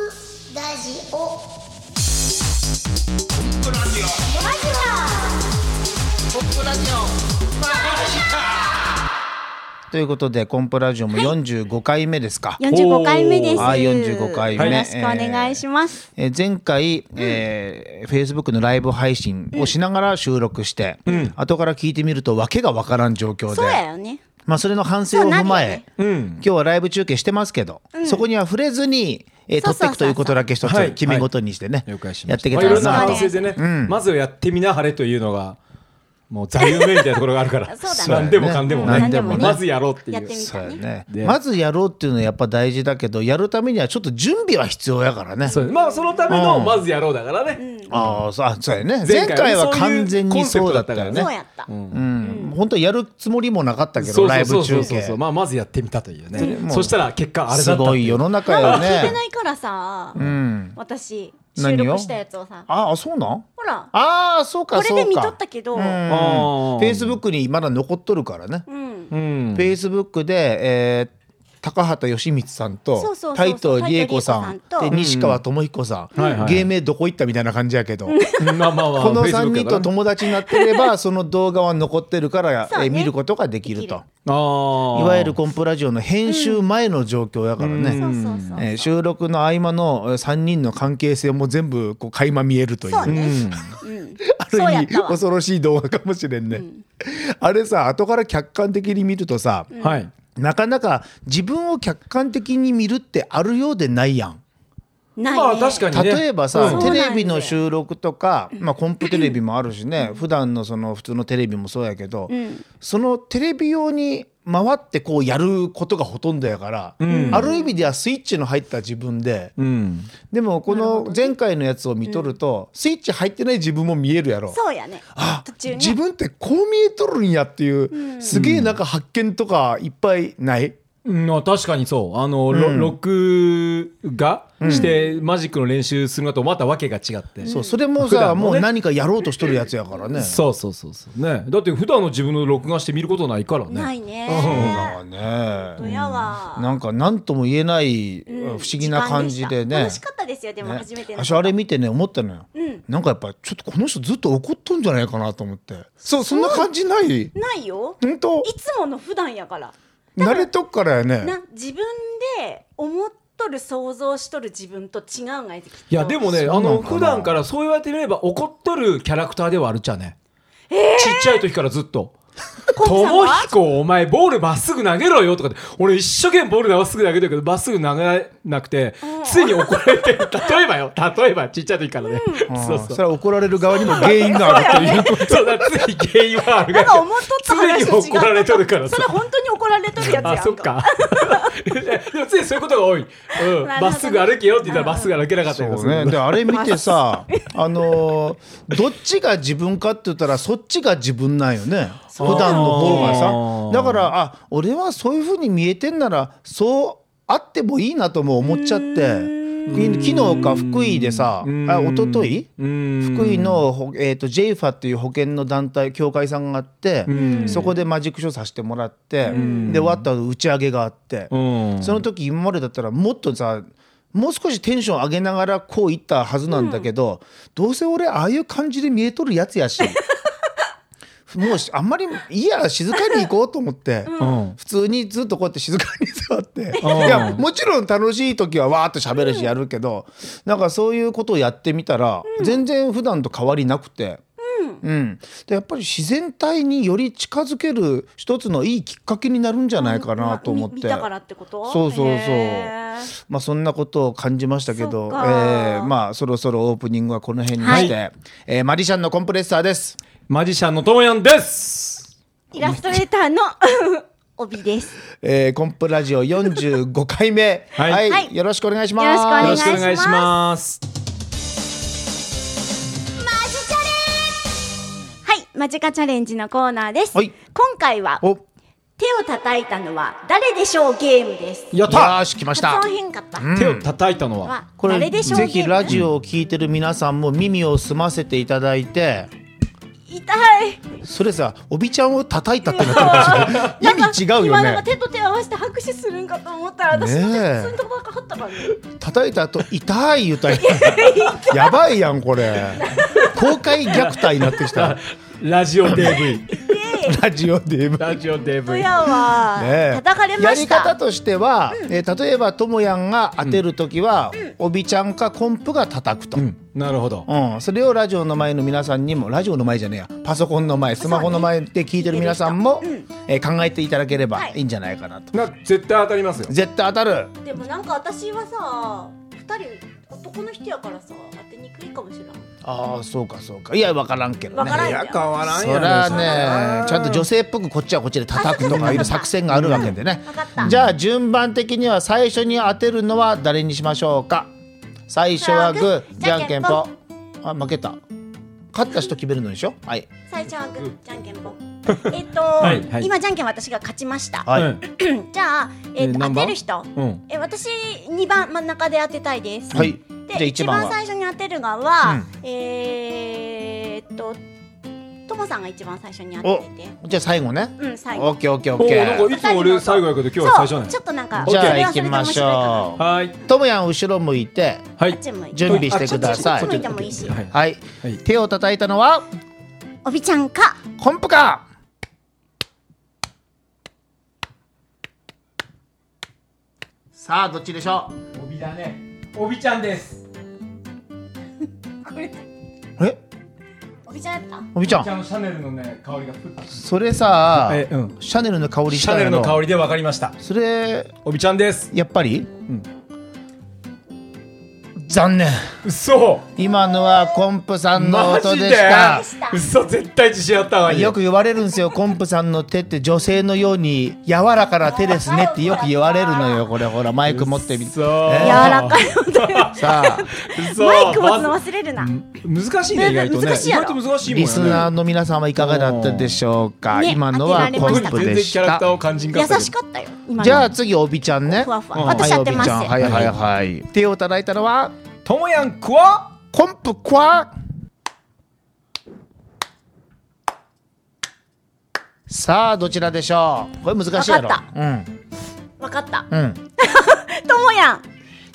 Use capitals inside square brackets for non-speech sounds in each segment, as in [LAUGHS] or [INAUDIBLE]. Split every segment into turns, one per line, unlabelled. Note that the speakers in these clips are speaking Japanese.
ラジオ
ポップラジオ
ラジ
ポップラジオ
ということでコンプラジオも45回目ですか、
四十五回目です。
はい45回目
よろしくお願いします。
えー前回、えー Facebook のライブ配信をしながら収録して、後から聞いてみると訳がわからん状況
そうや
で、
よね。
まあ、それの反省を踏まえ、
そ
今日はライブ中継してますけど、そこには触れずに、えー
そ
撮っ
うそ
ていくとい
うそうそう
うことだけ一つ
はい
決め事にしてね、
了解し
や
ま
っ
してた。
いけ
まあ
たら
いろいろ
な
な
と
反省でね、まずはやってみなはれというのが、もう座右の銘みたいなところがあるか
[LAUGHS]
ら、
そうだね
何でもかんでも
そうだね何
ね、
でもね
まずやろうってい
やってみ
う。
そう
た
や
ね。
ね
で
まずやろうっていうのはやっぱ大事だけどやるためにはちょっと準備は必要やからね
そうまあそのための
うん
まずやろうだからね。
ああそうあそうやね前
前
回
回は
は完全にそうだったよ
そう
そう
ね
やった。
うん本当はやるつもりもなかったけ
そ
ど
う
ラ
そ
イ
うそ
ブ
うそ
中
うそう
継
まあまずやってみたという
も
ね。
う
そしたら結果あれだ
す
ったっ
ご
て
い
い
世
う。
の中
ま
よ
だ聞いて
ね
ないからさ、
うん
私収
何を
録したやつをさ、
ああそうなん
ほら、
ああそうか
こ
そ
れ
うか
で見とったけど、う
うん
ん、
フェイスブックにまだ残っとるからね
うん
フェイスブックで、えー高畑義光さん
そう
と
そうそう
タイト理恵子さ
タイ
ん
ト理恵子さ
で
んと
西川智彦さ
うんはい
ん
はい
芸名どこ行ったみたいな感じやけど
まあまあまあ
この
Facebook
3人と
だからね
友達になってれば [LAUGHS] その動画は残ってるから、え
そうね
見ることができると
でき
あ
い
あ
わゆるコンプラジオの編集前の状況やからね、
そうそうそう。
えー収録の合間の3人の関係性も全部こう垣間見えるという
そうね。うん。
ある
そうや
意
っ
味
たわ。
恐ろしい動画かもしれんね、あれさ後から客観的に見るとさ、
はい。
なかなか自分を客観的に見るってあるようでないやん。
ないね。
まあ確かにね。
例えば
そ
さ、
う
テ
なんだよ
レビの収録とか、まあ、コンプテレビもあるしね、普段のその普通のテレビもそうやけど、そのテレビ用に回ってこうやることがほとんどやから、ある意味ではスイッチの入った自分で、
うん。
でもこの前回のやつを見とると、スイッチ入ってない自分も見えるやろ。
そうやね。途中
自
ね。
分ってこう見えとるんやっていう、すげえなんか発見とかいっぱいない、
うん、あ確かにそうあの、ろ録画して、マジックの練習するのとまたわけが違って、
そうそれも
普
さ
段
も
もね
う何かやろうとしとるやつやからね。
そうそうそうそうねだって普段の自分の録画して見ることないからね
ないね。
まあね
親は。
なんか何とも言えない不
うん
思議な感じでね
楽し。かったですよ。でも
ね
初めての。
私あれ見てね思ったのよ、
ん
なんかやっぱちょっとこの人ずっと怒っとんじゃないかなと思ってそうそんな感じない
ないよ。
本当
いつもの普段やから。
慣れとっからやね
な自分で思っとる想像しとる自分と違うんがいてきっと
いやでもね
そうな
あ
の
の
かな
普段からそう言われてみれば怒っとるキャラクターではあるじゃね、ちっちゃい時からずっと「
コン
と
さん
も
は
ひこお前ボールまっすぐ投げろよ」とかって俺一生懸命ボールまっすぐ投げてるけどまっすぐ投げなくてついに怒られて例えばよ例えばちっちゃい時からね、
そ
そうう
そ
そう
れは怒られる側にも原因があるっていう
そうだ、つい原因はある
な
が
んか思っとった話と
常
違う
に怒られとるからさ
それ。本当に怒られとるやつやん
あ、そっ
[LAUGHS]
か。でもついそういうことが多い。うん、
なるほどね
まっすぐ歩けよって言ったらまっすぐ歩けなかったりとか
そう
する
ね、であれ見てさあのーどっちが自分かって言ったらそっちが自分なんよね普段の方が
あ
さ
ー
だからあ俺はそういうふうに見えてんならそうあってもいいなとも思っちゃって昨日か福井でさあ一昨日
うん
福井の、ほえー、と JFA っていう保険の団体協会さんがあってそこでマジックショーさせてもらってで終わった後打ち上げがあって。
うん。
その時今までだったらもっとさもう少しテンション上げながらこういったはずなんだけど、どうせ俺ああいう感じで見えとるやつや
[LAUGHS]
しもうあんまりいいや静かに行こうと思って、
うん
普通にずっとこうやって静かに座って、
うん
いやもちろん楽しい時はわーっと喋るしやるけど、なんかそういうことをやってみたら、全然普段と変わりなくて。うん、でやっぱり自然体により近づける一つのいいきっかけになるんじゃないかなと思って
見見たからってこと
そうそうそう
へー
まあそんなことを感じましたけ
そ
ど
っ、
え
か
ーまあそろそろオープニングはこの辺にして、えーマリシャンのコンプレッサーです。
マジシャンのともやんです。
イラストレーターの帯です
えーコンプラジオ45回目、は、
はいい
はい
よろしくお願いします。
よろしくお願
よ
い
ろ
し
し
ます
くお願いします。
はいマジカチャレンジのコーナーです、
はい
今回は
お、
手を叩いたのは誰でしょうゲームです
や
よ
った
ーし来ました
発。音変かった、
手を叩いたのは。
は
これ
誰でしょうゲー
ぜ
ム
ひラジオを聞いてる皆さんも耳を澄ませていただいて、
痛い
それさ、おびちゃんを叩いたってなってるんですよ意味違うよ
今なんか
ね。
手と手を合わせて拍手するんかと思ったら私
ねえ
普通のとこばっかはったかに
叩いた後痛い言うたりやばいやんこれ公開虐待になってきた
[LAUGHS] ラジオ DV
ラジオ DV
ラジオ
と
DV
やは、
ねえ
叩かれました
やり方としては、えー例えばともやんが当てる時は、おびちゃんかコンプが叩くと、うん
なるほど
それをラジオの前の皆さんにもラジオの前じゃねえやパソコンの前スマホの前で聞いてる皆さんも、えー考えていただければ
はい
いいんじゃないかなと、
な絶対当たりますよ
絶対当たる
でもなんか私はさ二人男の人やからさ当てにくいかもしれん
ああそうかそうかいや分からんけど
わからん
ね
いや変わらん
そ
や
ら
ろれは
ねちゃんと女性っぽくこっちはこっちで叩くとかいう作戦があるわけでね
わかった
じゃあ順番的には最初に当てるのは誰にしましょうか最初はグーじ
じ
ゃ
ゃ
ん
ん
け
け
ん
ん
ぽ
ぽ
あ負けた勝った人決めるのでしょはい
最初はグ
うん
ーじゃんけんぽん
[LAUGHS]
えっと、
いはい
今じゃんけん私が勝ちました、
はい、
うん
じゃあ、えっ
え
と当
何番
てる人、
うん
え私二番真ん中で当てたいです、
はいじ
で
ゃあ一
一
番
番
は
最初に当てる側は、えー、っとともさんが一番最初に当てて
じゃあ最後ね
うん最
オ
後
ッケーオッケーオ
お
ッケ
ーな
ー
んかいつも俺最後やけど今日は最初な
そ
ん
う
や
ちょっとなんか
じゃ
そ
あ
れ
行
はそ
き
れで
ま
面
し
白いか
ょ
はい
ともやん後ろ向いて
は
なあっ
い
ち向いて
準備してください
あこっちこ
こっ
っち
ち
こっちはい
はい、
はい
手を叩いたのは
おびちゃんか
コンプかさあどっちでしょう
おびだねおびちゃんです
え
おびちゃんやった
おびちゃん
ゃんのシャネルのね香りがふっ
それさ、
えうん
シャネルの香りし
シ
た
ャネルの香
り
りでわかりました
それ
おびちゃんです
やっぱり、残念
嘘
今のはコンプさんの
マ
音
ジ
で
で
した
した
嘘絶対自信あったわ
よく言われるんですよコンプさんの手って女性のように柔らかな手ですねってよく言われるのよこれほらマイク持ってみて
そう
えー
柔らかいので
さあ
嘘
マイク持つの忘れるな、
難しいね意外とね
難しいやろ
意外と難しいもん
リスナー
ー
の皆さんはいかがだったでしょうか、
ね
今のは
当て
コ
られま
ン
した
プ
全
で
然キ
し
ャラクター
た
を感じんか
優
ったけど
しかったよ今の
じゃあ次おびちゃんね
ふわふわ
うん
私やってます
はいおびちゃんはいはいはい手を叩いたのは
ともやんくわ
コンプクワさあどちらでしょうこれ難しいやろ
わかっ
うん
わかった
うん
ともやん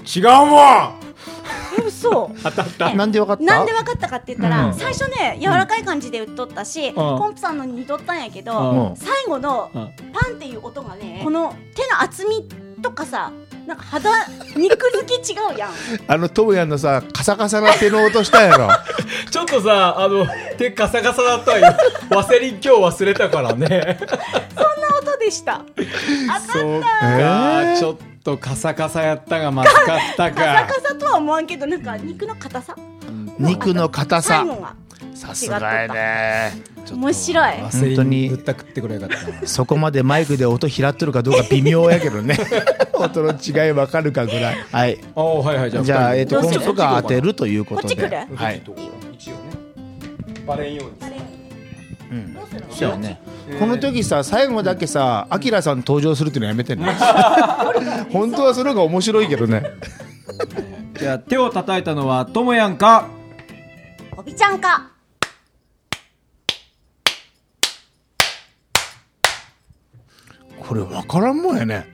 違うもん
え嘘 [LAUGHS]
なんでわかった
なんで分かったかって言ったら、
うん
最初ね柔らかい感じで打っとったし、コンプさんのに似とったんやけ
う
ど、
ん
最後の
うん
パンっていう音がねこの手の厚みとかさなんか肌肉付き違うやん
あのトムヤンのさカサカサな手の音した
[LAUGHS]
やろ
ちょっとさあの手カサカサだったん
[LAUGHS]
よワセリン今日忘れたからね
そんな音でした
そうか、
えー
ちょっとカサカサやったがまずかった
カサ
か
カサとは思わんけどなんか肉の硬さ
肉の硬
最
さ
後が
さすがやね
面白い
ワセ
本当
リ
に
ンぶったくってくれよかったな
そこまでマイクで音拾ってるかどうか微妙やけど
[LAUGHS]
ね音の違いわかるかぐらいはい
おーはいはいじゃあ
じゃあ、えっと、
ど
コ
う
ン
する
プが当てるということで。
こっち来る
はい。
一応ねバレんように
うん
どうするの
そうやね。この時さ、最後だけさ、アキラさん登場するっていうのやめ
[LAUGHS]
てね。本当はそれが面白いけどね。
じゃあ手を叩いたのはともやんか
おびちゃんか
これ分からんもんやね。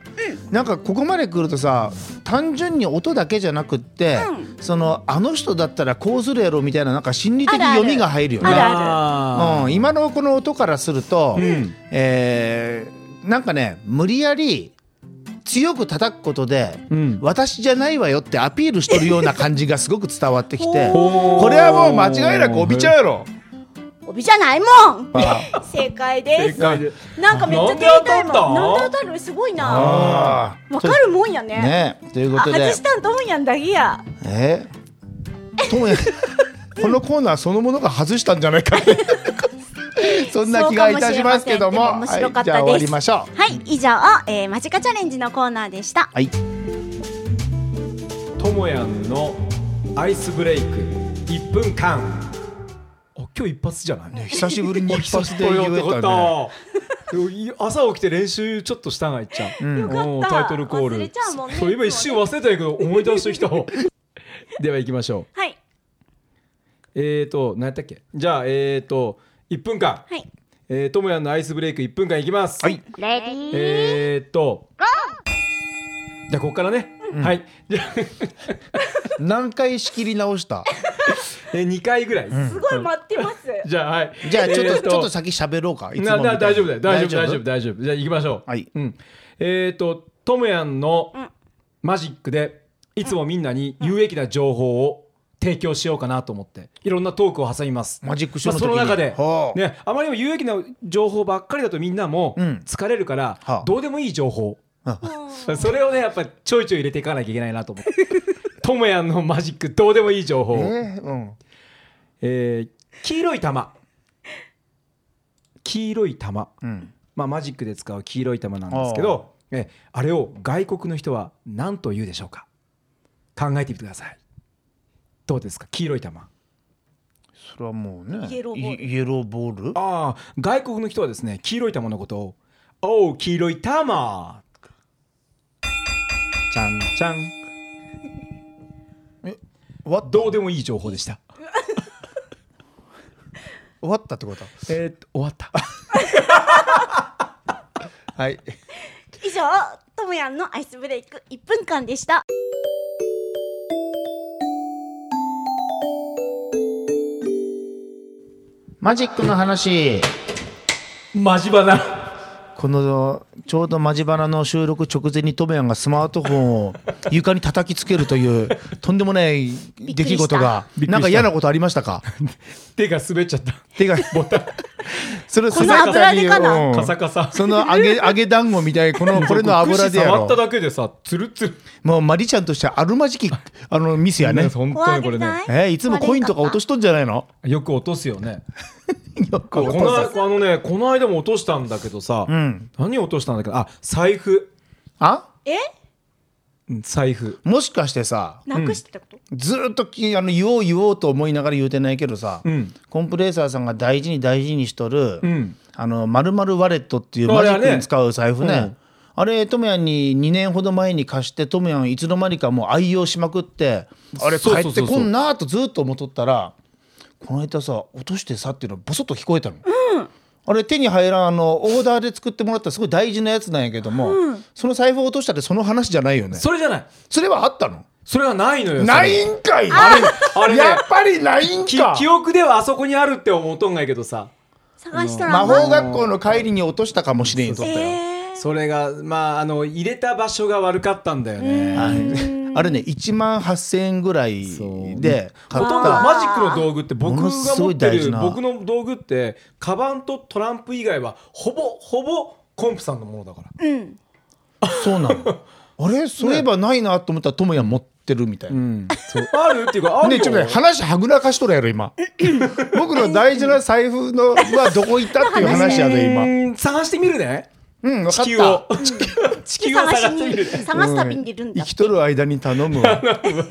なんかここまで来るとさ単純に音だけじゃなくって、そのあの人だったらこうするやろみたいななんか心理的
あるある
読みが入るよね
あるある
あ
うん、今のこの音からすると、
ん
えーなんかね無理やり強く叩くことで、
うん
私じゃないわよってアピールしてるような感じがすごく伝わってきて
ほー
これはもう間違いなくおびちゃうやろ。
おびじゃないもん正解で
正
す
解で
なんかめっちゃ手痛いもん
なん
なん
で当たっ
で当
た
たるすごいな
あー
わかるもんやね
ねというこ
あ
とで
外したんともやんだけや
えともやこのコーナーそのものが外したんじゃないかって。 [LAUGHS] そんな気がいたしますけども
そうかもしれませんで
はい、じゃあ
も面白かったです
終わりましょう。
はい、以上、えー、マジカチャレンジのコーナーでした。
はい
ともやんのアイスブレイク1分間あ今日一発じゃない
久しぶりに一発で
これ
言
よ
え
か [LAUGHS] った
ね。
朝起きて練習ちょっとしたがいっちゃう、
ん
よかった
うんタイトルコール
忘れちゃうもんね
[LAUGHS] そう今一瞬忘れたんやけど思い出してきたでは行きましょ
はい、
うえーと何やったっけじゃあえーと1分間
はい、
えーともやんのアイスブレイク1分間いきます
はい
えーとじゃあここからね、はいじゃあ [LAUGHS]
何回仕切り直した
え2回ぐらいです、
すごい待ってます。
じゃあはい
じゃあちょっと,、
えー
ちょっと先喋ろうかいつも
な
みたい
な
に
大丈夫だよ大丈夫大丈夫大丈夫じゃあ行きましょう
はい
うん、えっ、ー、とトムヤンの
うん
マジックでいつもみんなに有益な情報を提供しようかなと思っていろんなトークを挟みます
マジックショーの時に
まあその中で
はあ
ねあまりにも有益な情報ばっかりだとみんなも
うん
疲れるから、
はあ
どうでもいい情報
うん
[LAUGHS] それをねやっぱちょいちょい入れていかなきゃいけないなと思って [LAUGHS] トムヤンのマジックどうでもいい情報、
えーうん
えー黄色い玉黄色い玉
うん
まあ、マジックで使う黄色い玉なんですけどえあれを外国の人は何と言うでしょうか考えてみてくださいどうですか黄色い玉
それはもうね
イエローボール
イイエローボール
ああ外国の人はですね黄色い玉のことを「おう黄色い玉」ちゃんちゃん
割った
どうでもいい情報でした
割ったってこと
えーっと終わった
はい
以上、ともやんのアイスブレイク1分間でした。
マジックの話
マジバナ
このちょうど「マジバナ」の収録直前にトメヤンがスマートフォンを床に叩きつけるというとんでもない出来事が
びっくりした
なんか嫌なことありましたか
手が滑っちゃった
手がボタンそれ
この油でかな
うん
カサカサ
その揚
[LAUGHS]
げ揚げ団子みたいこのこれの油でや
触
ろ
っただけでさツルツル
もうマリちゃんとしてはあるまじきあのミスやね
本当にこ
怖く
れね
な
えーいつもコインとか落としとんじゃないの
よく落とすよね
よ
こ
落と
の
さ
あのねこの間も落としたんだけどさ、
ん
何落としたんだっけどあ財布
あ
え
うん財布
もしかしてさ
なくしたってこと、
ずーっときあの言おう言おうと思いながら言うてないけどさ、
うん
コンプレッサーさんが大事に大事にしとる、
うん
あの丸々ワレットっていう
あ
マ
れ
ジ
はね
ックに使う財布ね。
うん
あれトムヤンに2年ほど前に貸してトムヤンいつの間にかもう愛用しまくってあれ
そう
帰
そう
って
そうそう
こんなーとずっと思っとったらこの間さ落としてさっていうのボソッと聞こえたの、あれ手に入らんあのオーダーで作ってもらったすごい大事なやつなんやけども、その財布を落としたってその話じゃないよねそ
それじゃない
れはあったの
それはないのよ
ないんかい
あれあれね
やっぱりないん
き
か
記憶ではあそこにあるって思うとんがいけどさ
探したら
魔
な
法学校の帰りに落としたかもしれんとったよ、
え
それがまああの入れた場所が悪かったんだよね
はいあれね1万8000円ぐらい
そう
で買
ほ
っ
とんど
た
マジックの道具って僕
もの
が
すご
持
い
って
大事
る
な
僕の道具ってカバンとトランプ以外はほぼほぼコンプさんのものだから
ー、うん。
そうなのあれそういえばないなと思ったら智也持ってるみたいな。
あるっていうかある
ね、
よ
ちょっとね話はぐらかしとるやろ
[LAUGHS]
今僕の大事な財布のはどこ行ったっていう話や
[LAUGHS]
で今
うん探してみるね
うん分か
地
っ
球を
た
地球を探してみるね
探す旅に出るんだ
生。きとる間に頼むわ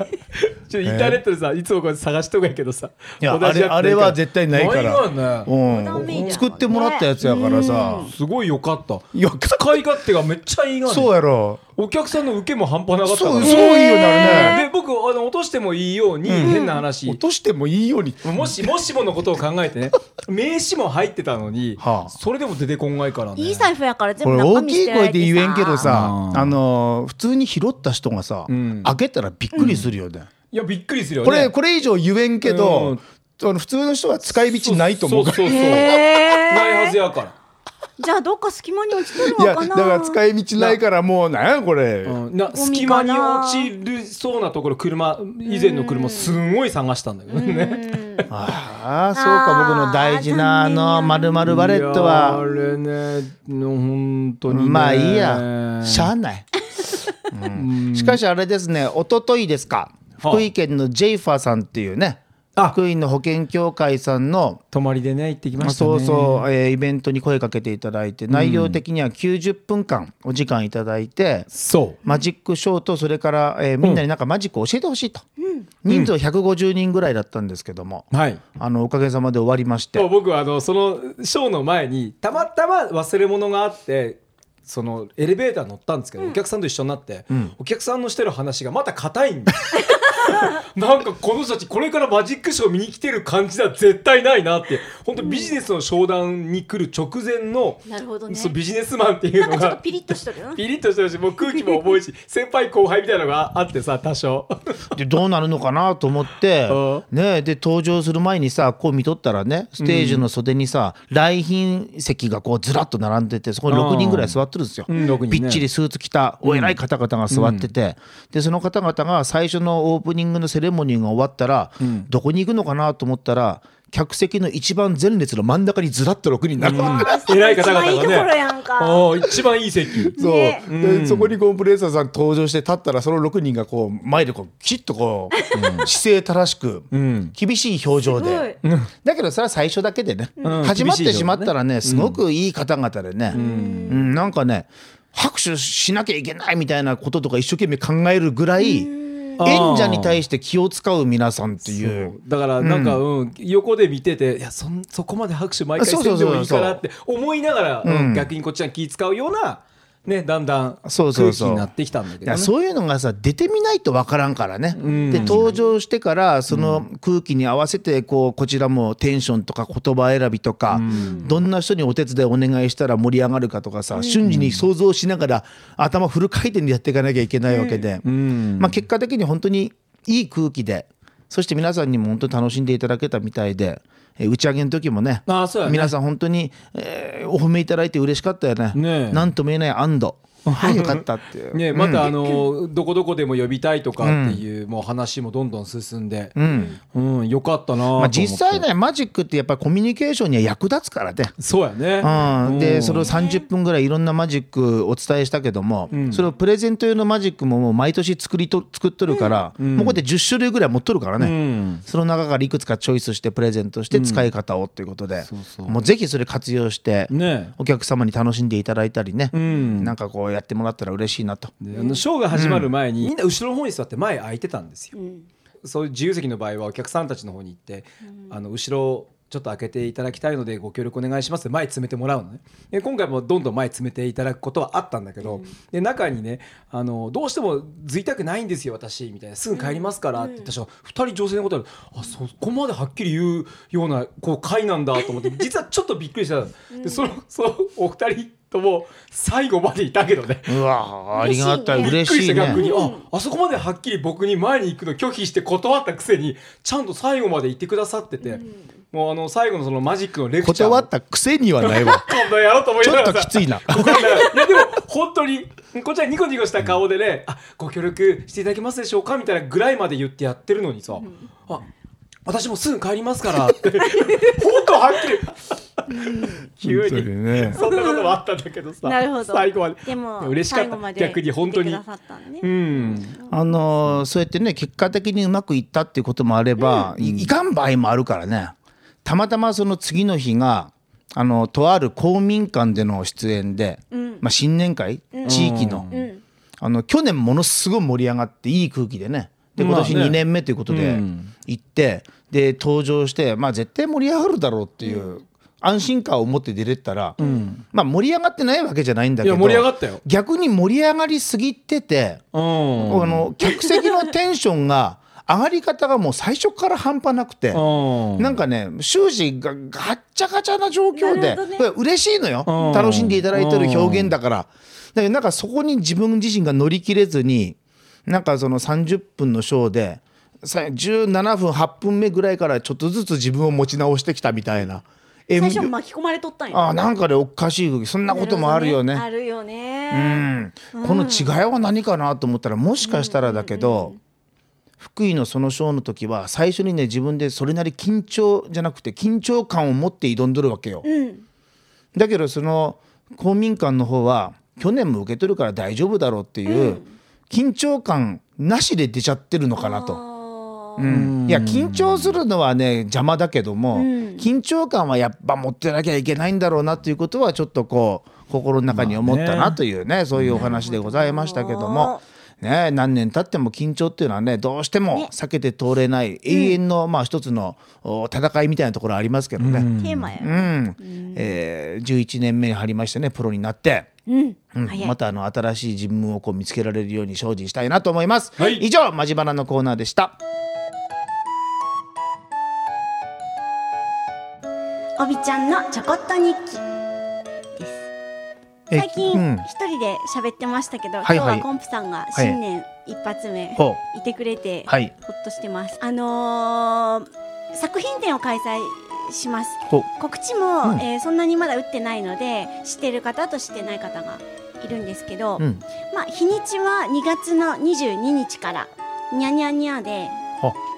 ちょっとインターネットでさ、いつもこれ探しとくやけどさ。
いや
同じつ
あれあれは絶対ないから
ないわね
ダメ
う
じゃん
ん作ってもらったやつやからさ
すごいよかった。
よかった
使い勝手がめっちゃいいがね。
そうやろ
お客さんの受けも半端なかったから
そうそういいよねあれね
で、僕、あの落としてもいいように、変な話
落。としてもいいように
もし、もしものことを考えて
[LAUGHS]
ね、名刺も入ってたのに、
はあ
それでも出てこんがいからね。
いい財布やから全
こ
部
れ
中
大
身
き
し
い
てない
声で言えんけどさ
うん
あのー普通に拾った人がさ
ん
開けたらびっくりするよね
いや、びっくりするよね。
これこれ以上言えんけ
う
ど
ん
あの普通の人は使い道ないと思う
そ
か
うそうそう。ない
え
はずやから。
ー、じゃあどっか隙間に落ちてる
らいや
のか
だ
な
から使い道ないからもうなんやこれ
うんな
ゴミ
隙
かな
間に落ちるそうなところ車以前の車すんごい探したんだけどね。
ああそうか僕の大事な
あー
あのまるまるバレット
いやあ
は
れね本当にね
まあいいやしゃあないうんしかしあれですね一昨日ですか
はあ
福井県のジェイファーさんっていうね
あ
福井の保健協会さんの
泊まりでね行ってきましたね
そうそう、えーイベントに声かけていただいて内容的には90分間お時間いただいて、
そう
マジックショーとそれから、えーみんなになんかマジックを教えてほしいと、人数150人ぐらいだったんですけども、
はい
あのおかげさまで終わりまして
僕はあのそのショーの前にたまたま忘れ物があってそのエレベーター乗ったんですけど、お客さんと一緒になって、
ん
お客さんのしてる話がまた硬いんで [LAUGHS] なんかこの人たちこれからマジックショー見に来てる感じでは絶対ないなって本当ビジネスの商談に来る直前の、
なるほどね
そうビジネスマンっていう
な
の
んかちょっ
が
とピリッとしとるよ
ピリッとしてるしもう空気も重いし先輩後輩みたいなのがあってさ多少
でどうなるのかなと思って
[LAUGHS] う
ねで登場する前にさこう見とったらねステージの袖にさ来賓席がこうずらっと並んでてそこに6人ぐらい座ってるんですよ。
うん六人ね
びっちりスーツ着たお偉い方々が座ってて、でその方々が最初のオープニングのセレモニーが終わったら、どこに行くのかなと思ったら客席の一番前列の真ん中にずらっと6人並んで
[LAUGHS] 偉い方々が
一番
ね
いいところやんか
[LAUGHS] おー一番いい席
そう、
ね
でそこにコンプレッサーさん登場して立ったらその6人がこう前でこうきちっとこう、姿勢正しく、
ん
厳しい表情で、だけどそれは最初だけでね、
ん
始まってしまったらねすごくいい方々でね、うんなんかね拍手しなきゃいけないみたいなこととか一生懸命考えるぐらい、演者に対して気を使う皆さんってい
そう
う。
だからなんか、うん横で見てていやそんそこまで拍手毎回
そう
せ
そうんそ
で
う
も
そ
い
そ
うい
う
かなって思いながら、
ん
うん逆にこっちは気使うような、ね、だんだん
そうそ
空気
うそう
になってきたんだけ
い
ど、ね
や、そういうのがさ出てみないと分からんからね、で登場してからその空気に合わせてこうこちらもテンションとか言葉選びとか、どんな人にお手伝いお願いしたら盛り上がるかとかさ、瞬時に想像しながら頭フル回転でやっていかなきゃいけないわけで、まあ、結果的に本当にいい空気でそして皆さんにも本当に楽しんでいただけたみたいで。え打ち上げの時もね
あーそうやね
皆さん本当に、えーお褒めいただいて嬉しかったよね
ねえ
なんとも言えない安
[LAUGHS]
堵はいよかったっていう
ね、またあの、どこどこでも呼びたいとかっていう,、もう話もどんどん進んで、うんよかったなと思
ま
っ
あ、
て
実際ねマジックってやっぱりコミュニケーションには役立つからね。
そうやね、
うん、で
うん
それを30分ぐらいいろんなマジックお伝えしたけども、それをプレゼント用のマジックももう毎年作りと作っとるから、もうこうやって10種類ぐらい持っとるからね、その中からいくつかチョイスしてプレゼントして使い方をということで、もうぜひそれ活用して、
ね
お客様に楽しんでいただいたりね、なんかこうやってもらったら嬉しいなと。
であのショーが始まる前に、みんな後ろの方に座って前空いてたんですよ、そういう自由席の場合はお客さんたちの方に行って、あの後ろをちょっと開けていただきたいのでご協力お願いしますって前詰めてもらうのねで今回もどんどん前詰めていただくことはあったんだけど、で中にねあのどうしてもずいたくないんですよ私みたいなすぐ帰りますからって言った人が2人女性のことあるあそこまではっきり言うようなこう会なんだと思って実はちょっとびっくりしたでそのそのお二人とも最後までいたけどね
うわありがたい
びっく
嬉
り
し
し
たいね
逆。にああそこまではっきり僕に前に行くの拒否して断ったくせにちゃんと最後まで行ってくださってて、もうあの最後のそのマジックのレクチャー
断っ
も。
たくせにはない [LAUGHS] わ
今度やろうと思い
ち
な
ょ
が
っ
ら
と
さ
きついな。
こんないやでも本当にこっちはニコニコした顔でね「あご協力していただけますでしょうか」みたいなぐらいまで言ってやってるのにさ「あ私もすぐ帰りますから」って [LAUGHS] 本当はっきり急
本当
に。
にね
そんなこともあったんだけどさ
なるほど
最後まで
でも
嬉しかっ
最後ま
た
で
逆に本当に
来てくださったんで
うん
あのーそうやってね結果的にうまくいったっていうこともあれば、いいかん場合もあるからねたまたまその次の日があのとある公民館での出演で、まあ、新年会、地域の,、あの去年ものすごい盛り上がっていい空気でねで今年
まあね
2年目ということで行って、で登場して、まあ、絶対盛り上がるだろうっていう。安心感を持って出れたら、まあ盛り上がってないわけじゃないんだけど
いや盛り上がったよ
逆に盛り上がりすぎてて、
うん
あの客席のテンションが上がり方がもう最初から半端なくて。
うん
なんかね終始がガッチャガチャな状況で、
なるほどね
これ嬉しいのよ、
うん
楽しんでいただいてる表現だから、だけどなんかそこに自分自身が乗り切れずになんかその30分のショーでさ17分8分目ぐらいからちょっとずつ自分を持ち直してきたみたいなえ
最初巻き込まれとったんや
あなんかでおかしい空気そんなこともあるよね
あるよね
うんこの違いは何かなと思ったらもしかしたらだけど福井のそのショーの時は最初にね自分でそれなり緊張じゃなくて緊張感を持って挑んどるわけよ。だけどその公民館の方は去年も受け取るから大丈夫だろうっていう緊張感なしで出ちゃってるのかなと。
あ
う
ー
んいや緊張するのはね邪魔だけども、緊張感はやっぱ持ってなきゃいけないんだろうなということはちょっとこう心の中に思った
まあ
な
ね
というね,、そういうお話でございましたけど
なるほ
も
ど。
ね、何年経っても緊張っていうのはねどうしても避けて通れない、永遠の、まあ、一つのお戦いみたいなところありますけどね、うん
テーマや、
えー11年目に入りましてねプロになって、うん
早い
またあの新しい自分をこう見つけられるように精進したいなと思います、
はい
以上「マジバナ」のコーナーでした。
おびちゃんのちょこっと日記
え
最近
うん
一人で喋ってましたけど、
はい
今
はい
日はコンプさんが新年一発目
ほ
いてくれて、
はい
ほっとしてますあのー作品展を開催します
ほ
告知も、
うん
えーそんなにまだ打ってないので知ってる方と知ってない方がいるんですけど、
うん
まあ日にちは2月の22日からにゃにゃにゃで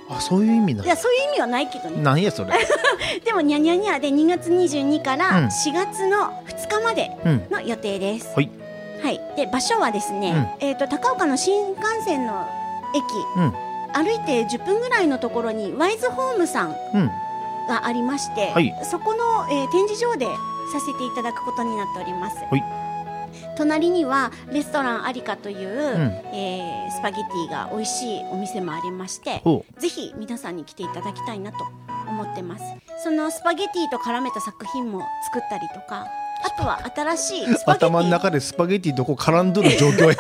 ああそういう意味ない
やそういう意味はないけどね
なんやそれ。
でもにゃにゃにゃで2月22か
うん
ら4月の2日まで
うん。
の予定です、
はい。
はい、で場所はですね、えっ、と高岡の新幹線の駅
うん。
歩いて10分ぐらいのところにワイズホームさん
うん。
がありまして、
はい
そこの、えー展示場でさせていただくことになっております。
い
隣にはレストランありかという、
ん
えースパゲティが美味しいお店もありまして、
ほ
ぜひ皆さんに来ていただきたいなと思ってますそのスパゲティと絡めた作品も作ったりとかあとは新しいスパゲテ
[LAUGHS]
ィ
頭の中でスパゲティどこ絡んどる状況
[LAUGHS]
や。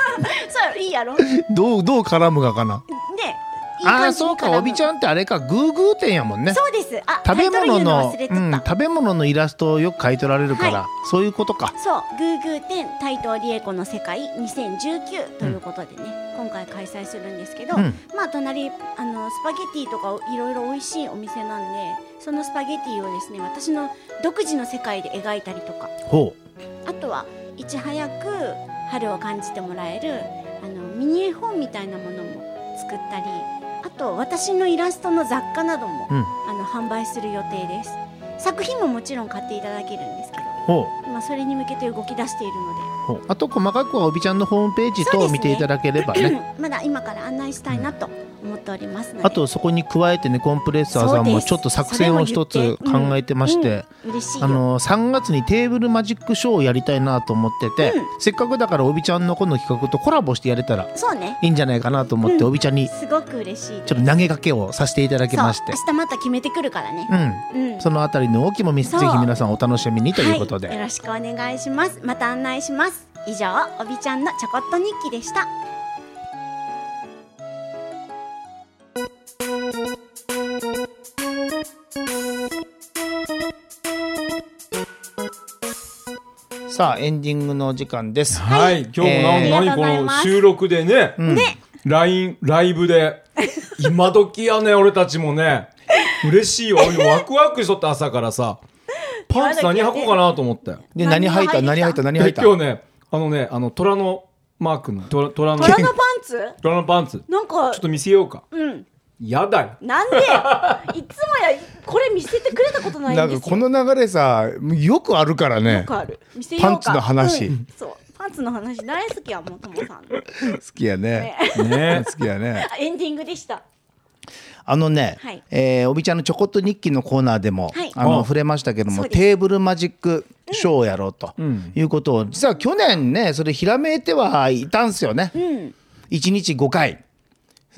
そういいやろでい
どうどう絡むかかな。
い
ああ
感
ー
じに
そうか
絡む
おびちゃんってあれかグーグー店やもんね。
そうですあ
食べ物のう
タイトル言うんの忘れてた、
食べ物のイラストをよく買い取られるから、
は
そういうことか。
そうグーグー展大東理恵子の世界2019ということでね、今回開催するんですけど、
うん
まあ隣あのスパゲティとかいろいろ美味しいお店なんでそのスパゲティをですね私の独自の世界で描いたりとか
ほ
あとはいち早く春を感じてもらえるあのミニ絵本みたいなものも作ったりあと私のイラストの雑貨なども、
う。うん。
あの販売する予定です作品ももちろん買っていただけるんですけど
ほう。
今それに向けて動き出しているの
ほうあと細かくはおびちゃんのホームページ
そうで
等
すね
見ていただければね
で、 [LAUGHS] まだ今から案内したいなと思っておりますので
あとそこに加えてねコンプレッサーさん
そ
も
うです
ちょっと作戦を一つ考えてまして、
嬉しいよ
あの3月にテーブルマジックショーをやりたいなと思ってて、
う
せっかくだからおびちゃんのこの企画とコラボしてやれたら
そうね
いいんじゃないかなと思って、
うん
おびちゃんに
すごく嬉しいです
ちょっと投げかけをさせていただきまして
そう明日また決めてくるからね
う、
うん
ん、そのあたりの大きも見せ
そう
ぜひ皆さんお楽しみにということで、
はい、よろしくお願いしますまた案内します以上おびちゃんのちょこっと日記でした
さあエンディングのお時間です、
はい、今日も
えー
な
あ
ん
りがとう
何
ござい
こ
ます
の収録でね、ラインライブで今時やね俺たちもね嬉しいよ俺ワクワクしとって朝からさパンツ何履こうかなと思って
で何履いた何
何
履
履
いた
いた
何履い
で
た
今日ねあのねあの虎のマークの虎虎の
虎のパンツ
[LAUGHS]
虎のパンツちょ
なんか
っと見せようか
うん
やだよ
な
[LAUGHS]
んでやいつもやこれ見せてくれたことないんです
な
よ
んかこの流れさよくあるから
よ
ね
くある見せようか
パンツの話、
うんそうパンツの話大好きやもんともさんの
好きやね
ね
ね
好きやね
[LAUGHS] あエンディングでした
あのね、
はい
えーおびちゃんのちょこっと日記のコーナーでも、
はい
あの
あ
触れましたけども
そうです
テーブルマジックショーをやろうと
ん
いうことを、実は去年ねそれひらめいてはいたんすよね、
ん
一日5回、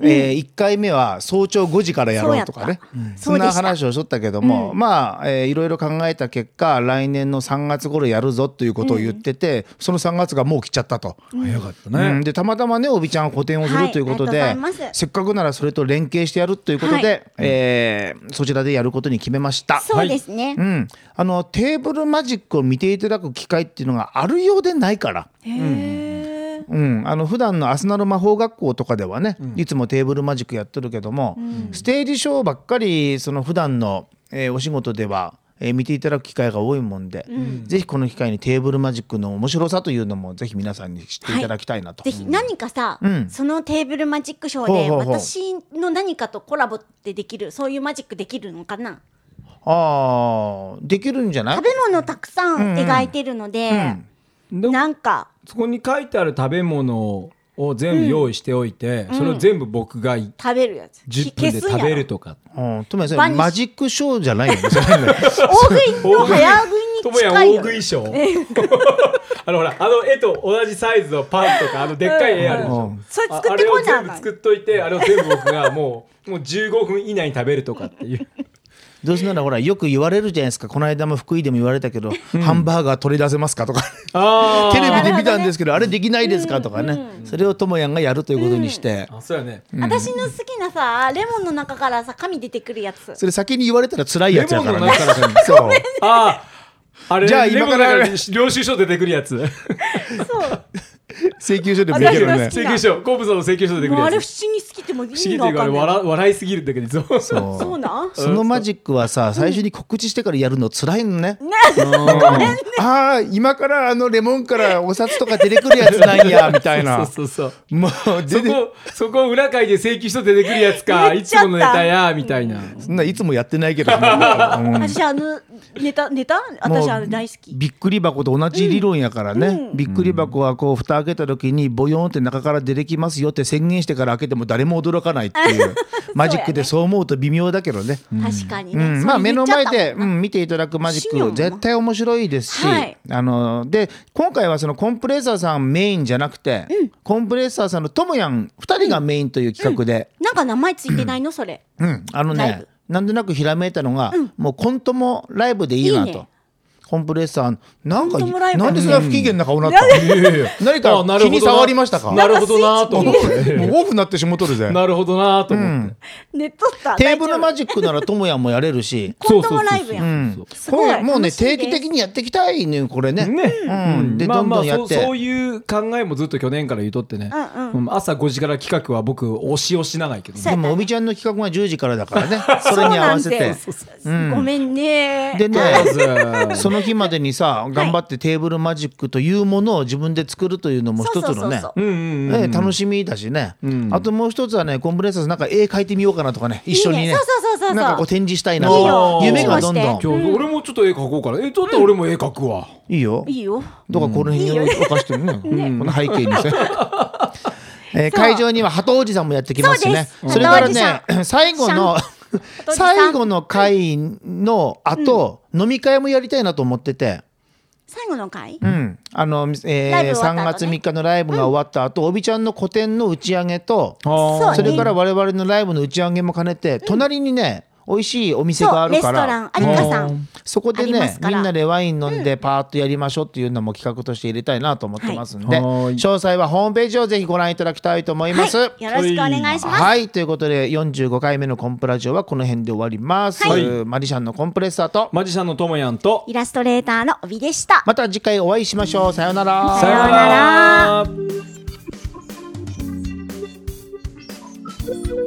え1回目は早朝5時からやろうとかね
そうやった
そ
そうんで
な
した
話をしとったけども、まあ、えーいろいろ考えた結果来年の3月頃やるぞということを言ってて、その3月がもう来ちゃったと。
早かった
うん、
ね
でたまたまねおびちゃんは個展をす
は
る
い
ということで、
ありがとうございます
せっかくならそれと連携してやるということで、
はい
えーそちらでやることに決めました。
そうですね、
うん、あのテーブルマジックを見ていただく機会っていうのがあるようでないから、
へえ
うん、あの普段のアスナル魔法学校とかではね、いつもテーブルマジックやってるけども、ステージショーばっかりその普段の、えーお仕事では、えー見ていただく機会が多いもんで、ぜひこの機会にテーブルマジックの面白さというのもぜひ皆さんに知っていただきたいなと。
ぜひ何かさ、
うん
そのテーブルマジックショー
ほう
で
ほうほう
私の何かとコラボってできるそういうマジックできるのかな
ああできるんじゃない
食べ物たくさん描いてるので、
で
なんか
そこに書いてある食べ物を全部用意しておいて、それを全部僕がい
食べるやつ
10分で食べるとか
うん、ともやさ
バ
ん
ニッシュ
[LAUGHS]
マジックショーじゃないよね。それね
大食いの早食いに
友也
近い
大
よ
食い賞
[LAUGHS]
[LAUGHS] あのほらあの絵と同じサイズのパンとかあのでっかい絵あるでしょ、
うん
それ
あ
作ってこんじゃ
あれを全部
ない
作っといてあれを全部僕がもう [LAUGHS] もう15分以内に食べるとかっ
[LAUGHS]
ていう
どうせならほらよく言われるじゃないですかこの間も福井でも言われたけど、ハンバーガー取り出せますかとか
あ
テレビで見たんですけどあれできないですかとかね、それをともやんがやるということにして、
あそうやね
私の好きなさレモンの中からさ紙出てくるやつ
それ先に言われたら辛いやつやから
レモ
ね
ンの中か
そう
あああれ
じゃあ今から
レモンの中に領収書出てくる
[LAUGHS]
やつ
請求書でもいいけどね
請求書コブさんの請求書出てく
もうあ
る
れ
や
不
つ
思議すぎてもう意
不思
味
議と
が分
いうか
か
あれ
んない
笑笑いすぎるんだけどそう
そう
そうなん
そのマジックはさ最初に告知してからやるの辛いのね。ああ今からあのレモンからお札とか出てくるやつなんやみたいな。
[LAUGHS] そうそうそう
もう
そ
全然
こそこ裏会で請求書出てくるやつか
や
い
っ
つ
ちゃった
ものネタやみたいな
そんないつもやってないけど、ね
私あのネタネタ私あれ大好き
びっくり箱と同じ理論やからね、びっくり箱はこう蓋開けた時にボヨーンって中から出てきますよって宣言してから開けても誰も驚かないっていうマジックでそう思うと微妙だけどね。
確かに
う
ね、
ん、
それ
まあ目の前で、
言っちゃったもんな
うん、見ていただくマジ
シニョン
ッ
も
ク絶対面白いですし、
はい
あので今回はそのコンプレッサーさんメインじゃなくて、コンプレッサーさんのともやん2人がメインという企画で、
なんか名前ついてないのそれ
うんあの
ライ
ね
ブ
なんとなくひらめいたのが、もうコントもライブでいいない
い
と。
ね
コンプレッサーなん
コ
か
ントもライブ
なんでそんな不機嫌な顔になったの何
あ
か
なる
気
ほどな
に障りましたか
なるほどなと思っ
も
て
うオフになってしもとるぜ
なるほどなと思って
ネットった
テーブルマジックならともやんもやれるし
コントもライブやん
そうそうそうそ
すご
う
い
これもうね
楽しいです
定期的にやっていきたいねこれね
ね、
うんで
まあまあ
どんどんやって
そうそういう考えもずっと去年から言うとってね、
うん
うん朝5時から企画は僕推しをしながいけどね
でもおみちゃんの企画が10時からだ
[LAUGHS]
からねそれに合わせて
ごめんね
でね
まず
その日までにさ頑張ってテーブルマジックというものを自分で作るというのも一つ
そうそ
の
うそ
ね
うそう
うんうんうん
ね楽しみだしね、あともう一つはねコンプレッサーズなんか絵描いてみようかなとかね一緒にね
いいねそうそうそうそうそう
なんかこう展示したいない
い
と
よ
か夢がどんどん
今日俺もちょっと絵描こうからえだって俺も絵描くわ、
いいよ
いいよ
どこかこの辺に置かしてねこの背
[LAUGHS]
景にして。えー会場には鳩おじさんもやってきますしね
そうです
それから
鳩お
ね最後の
おじさん
最後の会の後、飲み会もやりたいなと思ってて、
最後の回
うん、あの、え
ライ
ー、
ブ終わった後ね
3月3日のライブが終わった後、おびちゃんの個展の打ち上げと
あ
ー
それから我々のライブの打ち上げも兼ねて、隣にね美味しいお店がある
レス
か
トラ
ら
ン有香さん
そこで
ありま
ね
すか
み
ら
んなでワイン飲んでパーッとやりましょうっていうのも企画として入れたいなと思ってますんで、
はいはーい
詳細はホームページをぜひご覧いただきたいと思います。
はいよろしくお願いします
はいということで45回目のコンプラジオはこの辺で終わります。
はい
マリシャンのコンプレッサーと
マジシャンのともやんと
イラストレーターの帯でした
また次回お会いしましょう。さようなら。
さようなら